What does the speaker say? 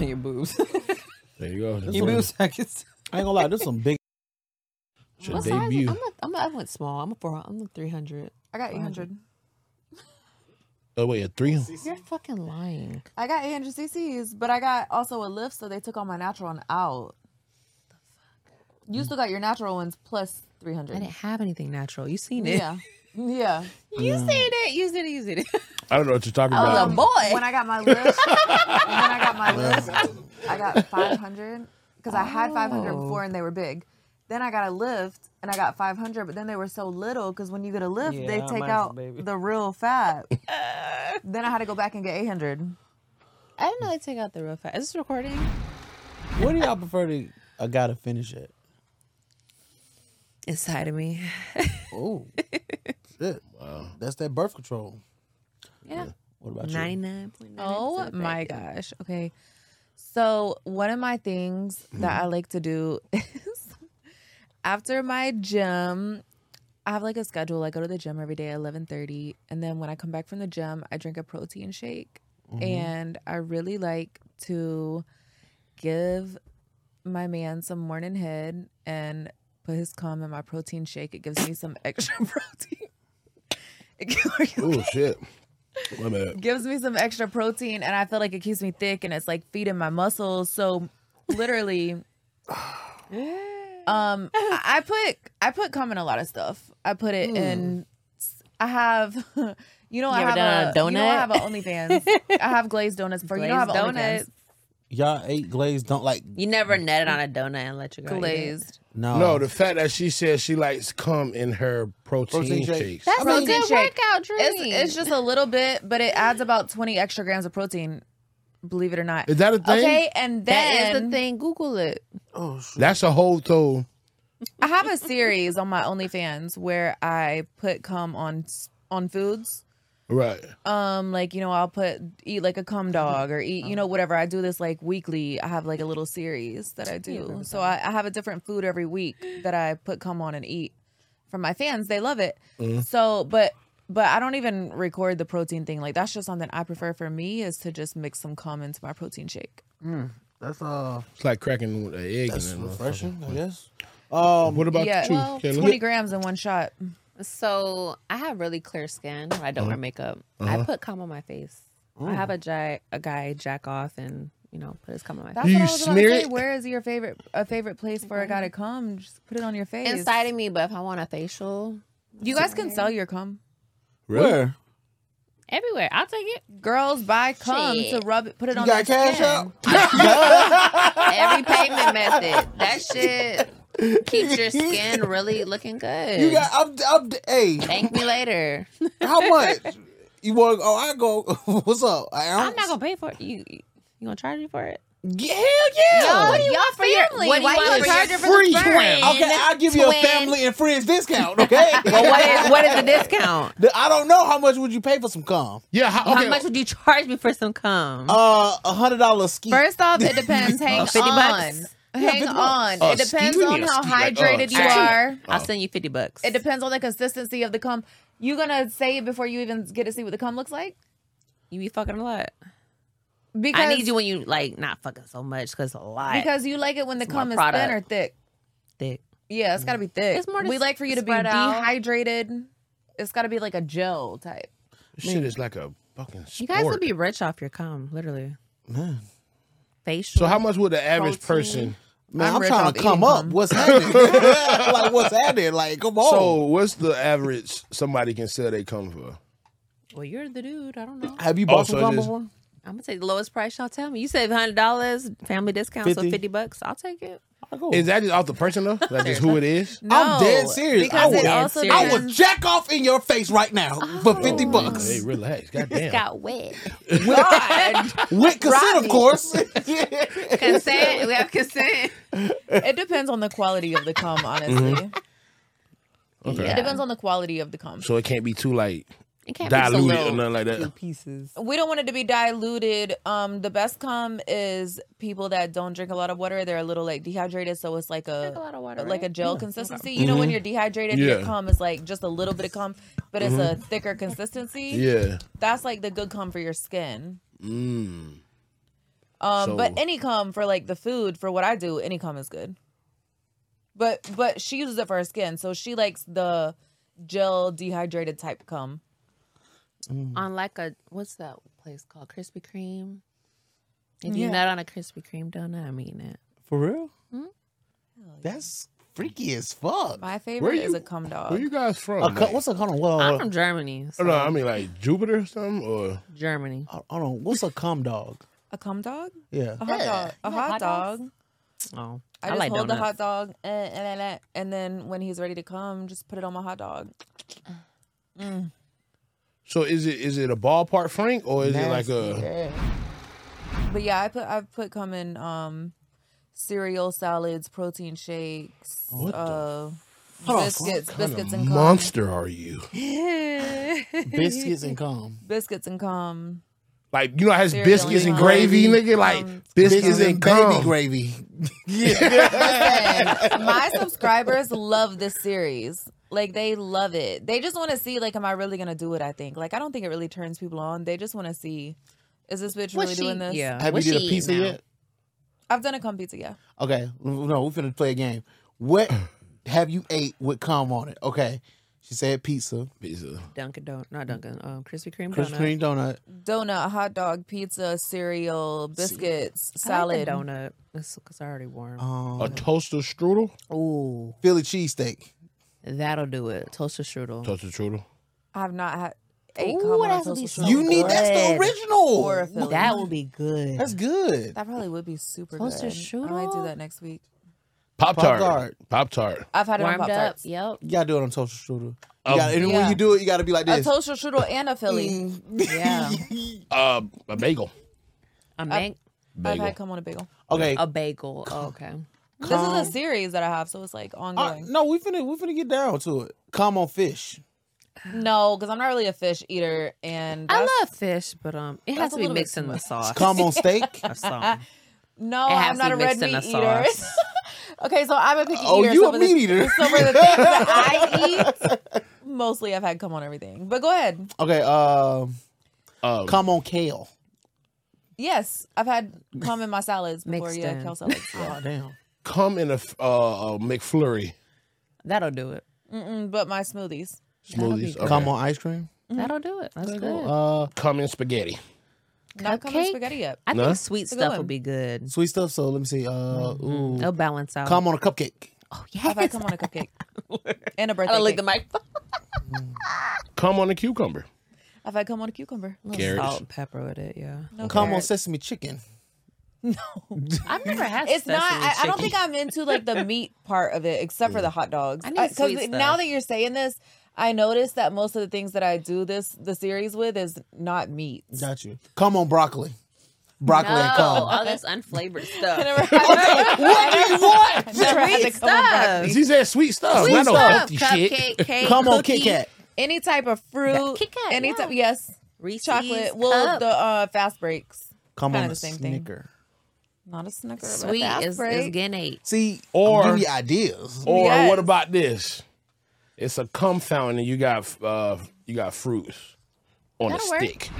in your boobs. There you go. your boob sack is. I ain't gonna lie, this some big It's your What size? debut. I'm a, I'm a, I went small. I'm a four. I'm a three hundred. I got 800. Oh wait, a three. You're fucking lying. I got 800 cc's, but I got also a lift, so they took all my natural one out. You still got your natural ones plus I 300. didn't have anything natural. You seen it? Yeah. Yeah. You seen it? You seen it? You seen it? I don't know what you're talking Oh, Um, about. the boy. When I got my lift, when I got my lift, I got 500 because I had 500 Oh. before and they were big. Then I got a lift and I got 500, but then they were so little because when you get a lift, they Yeah, take mine's out baby. the real fat. then I had to go back and get 800. I didn't know they take out the real fat. Is this recording? What do y'all prefer to a guy to finish at? Inside of me. Oh, shit. That's that birth control. Yeah. What about you? Ninety nine point nine. Oh my gosh. Okay. So, one of my things that I like to do is after my gym, I have like a schedule. I go to the gym every day at 11:30, and then when I come back from the gym, I drink a protein shake. And I really like to give my man some morning head and put his cum in my protein shake. It gives me some extra protein. It gives- Oh shit. My bad. gives me some extra protein and I feel like it keeps me thick and it's like feeding my muscles. So literally um I I put I put cum in a lot of stuff. I put it in I have you know I You ever have done a, a you know I donut? have a OnlyFans. I have glazed donuts before you know I have a Glazed donuts. donuts. Y'all ate glazed don't like You never netted on a donut and let your girl eat it? Glazed. Oh. no. No, the fact that she says she likes cum in her protein, Protein shake. shakes. That's Protein a good shake. workout drink. It's it's just a little bit, but it adds about twenty extra grams of protein, believe it or not. Is that a thing? Okay, and then that is the thing. Google it. oh shit. That's a whole though. I have a series on my OnlyFans where I put cum on on foods. Right. Uh, Um, like you know, I'll put eat like a cum dog or eat you know whatever. I do this like weekly. I have like a little series that I do. So I, I have a different food every week that I put cum on and eat. For my fans, they love it. So, but but I don't even record the protein thing. Like that's just something I prefer for me is to just mix some cum into my protein shake. That's uh It's like cracking with an egg that's in it. refreshing, I guess. Um What about Yeah, you, well, Kayla? Twenty grams in one shot. So I have really clear skin. I don't wear makeup. I put cum on my face. I have a guy, a guy jack off and you know put his cum on my That's face You what I was about to smear say. it? Where is your favorite a favorite place for a guy to come? Just put it on your face. inside of me. But if I want a facial, You guys can sell your cum. Really? everywhere I'll take it. Girls buy cum Shit. to rub it, put it on got their cash skin. out? Every payment method. That shit keeps your skin really looking good. You got I'm I'm hey, Thank me later. how much? You want oh I go what's up? An I'm not ounce? gonna pay for it. You you gonna charge me for it? Yeah, Hell yeah. do you y'all for your what do you Why you want gonna for charge your her free Okay, I'll give you a family and friends discount, okay? Well, what is what is the discount? The- I don't know how much would you pay for some cum. Yeah. How, okay. How much would you charge me for some cum? Uh, a hundred dollar ski. First off, it depends. Hang on. 50 Oh, bucks? Oh, Hang on. Uh, it ski? depends We on need a how ski, like, uh, hydrated you ski. are. I'll send you fifty bucks. It depends on the consistency of the cum. You gonna say it before you even get to see what the cum looks like? you be fucking a lot. Because I need you when you like not fucking so much because a lot because you like it when the more cum is product. thin or thick. thick. Yeah, it's gotta be thick. It's more to we s- like for you to be spread out. dehydrated. It's gotta be like a gel type. Shit is like a fucking sport. You guys would be rich off your cum, literally. Man. Facial. so how much would the average Protein. person? Man, I'm I'm, rich trying off to come eating up. cum. What's happening? like, what's happening? Like, come on. So what's the average somebody can sell they cum for? Well, you're the dude. I don't know. have you bought Also, some cum it is- before? I'm gonna take the lowest price y'all tell me. You said hundred dollars, family discount, so 50. fifty bucks. I'll take it. I go. Is that just off the person though? That's just who it is. No, I'm dead serious. Because I it would- also Dead I serious. will depends. jack off in your face right now Oh. for fifty bucks Hey, relax. Goddamn. Got wet. with consent, of Rodney. course. consent. We have consent. It depends on the quality of the cum, honestly. Mm-hmm. okay. It depends on the quality of the cum. So it can't be too like It can't be so diluted low. or nothing like that. pieces. We don't want it to be diluted. Um, the best cum is people that don't drink a lot of water. They're a little like dehydrated, so it's like a, Drink a lot of water, like a right? gel consistency. Mm-hmm. You know when you're dehydrated, your Yeah. cum is like just a little bit of cum, but it's Mm-hmm. a thicker consistency. Yeah. That's like the good cum for your skin. Mm. Um, but So- any cum for like the food for what I do, any cum is good. But but she uses it for her skin, so she likes the gel dehydrated type cum. on like a what's that place called Krispy Kreme. If Yeah. you're not on a Krispy Kreme donut, I'm eating it. For real? Hmm? That's freaky as fuck. My Where favorite is you- a cum Where dog. you guys from? A cu- Like- what's a cum? Hold I'm on, Uh, hold on, from Germany. Oh, So no, I mean like Jupiter or something, or Germany. Oh. hold on. What's a cum dog? a cum dog? Yeah. A hot dog. A You like hot hot dogs? dog. Oh, I I, just like hold donuts. the hot dog eh, eh, eh, eh, and then when he's ready to come, just put it on my hot dog. Mm. so is it is it a ballpark Frank or is it like a But yeah, I put I've put cum in um cereal, salads, protein shakes, uh, biscuits, biscuits and cum. monster? Are you biscuits and cum? Biscuits and cum. like you know? It has Cereal biscuits and and gravy, gravy, nigga. Like um, biscuits, and baby gravy. gravy. Listen, my subscribers love this series. Like they love it. They just want to see like, am I really gonna do it? I think. Like I don't think it really turns people on. They just want to see, is this bitch really What doing this? Yeah. Have What you did she a eat pizza now? yet? I've done a cum pizza. Yeah. Okay, no, we're finna play a game. What have you ate with cum on it? Okay, she said pizza, Pizza. Dunkin' Don, not Dunkin', um, Krispy Kreme Krispy donut. Kreme donut. donut, hot dog, pizza, cereal, biscuits, I salad. Uh. like the donut. It's, it's already warm. Um, A toaster strudel. Oh. Ooh, Philly cheesesteak. that'll do it. Toaster strudel. Toaster strudel. I have not had. Eight Ooh, Ooh, it has to that be so You need that's the Bread. original. Oh, Or a Philly. that would be good. That's good. That probably would be super Toaster good. I might do strudel? that next week. Pop Pop-Tart. tart. Pop tart. I've had it on Warmed Pop up. Tarts. Yep. You gotta do it on toaster strudel. You Um, gotta, and when Yeah. you do it, you gotta be like A this. toaster strudel and a Philly. Yeah. Uh, a bagel. A man, I've Bagel. had come on a bagel. Okay. a bagel. Oh, okay. This is a series that I have, so it's like all right, ongoing. uh, no, we finna we finna get down to it. Cum on fish. no, because I'm not really a fish eater, and I that's- love fish, but um, it has to that's a be little bit mixed too in the much. sauce. Cum on steak. or something. no, it has I'm to not be a red mixed in meat the eater. sauce. okay, so I'm a picky Oh, eater. you so a for the- meat eater. So for the things that I eat, mostly I've had come on everything. But go ahead. Okay. Um. Um, Cum on kale. Yes, I've had cum in my salads before. Mixed yeah, in. kale salads. Oh damn. come in a f- uh, a McFlurry That'll do it. Mm-mm, but my smoothies. That'll be smoothies. good. Okay. Cum on ice cream. Mm-hmm. That'll do it. That's good. Uh, Come in spaghetti. Not cum and Cupcake? spaghetti yet. I No? think sweet a good stuff one. would be good. sweet stuff. So let me see. Uh, Mm-hmm. ooh. It'll balance out. Cum on a cupcake. Oh, I've yes. had cum on a cupcake and a birthday I like cake. the microphone. Come on a cucumber. I've had cum on a cucumber. Carrots. Salt and pepper with it, yeah. No Cum on carrots. sesame chicken. I've never had. It's not. I, I don't think I'm into like the meat part of it, except for the hot dogs. I need sweet stuff. now that you're saying this, I noticed that most of the things that I do this the series with is not meat. Got you. Cum on broccoli. Broccoli and cum. all this unflavored I stuff. never had, What do you want? I never had Sweet the cum on broccoli. stuff. She said sweet stuff. Sweet not no stuff. healthy shit. Cupcake, cake, Cum on cookie, Kit Kat. Any type of fruit. Kit Kat, any yeah. type. Yes. Reese's chocolate. Well, cup. the uh, fast breaks. Cum Kinda on the a same thing. snicker. Not a Snicker. sweet but a fast is, is break. getting eight. See, Or- give me ideas. Or Yes. what about this? It's a cum fountain and you got uh you got fruits on a That'll work. stick.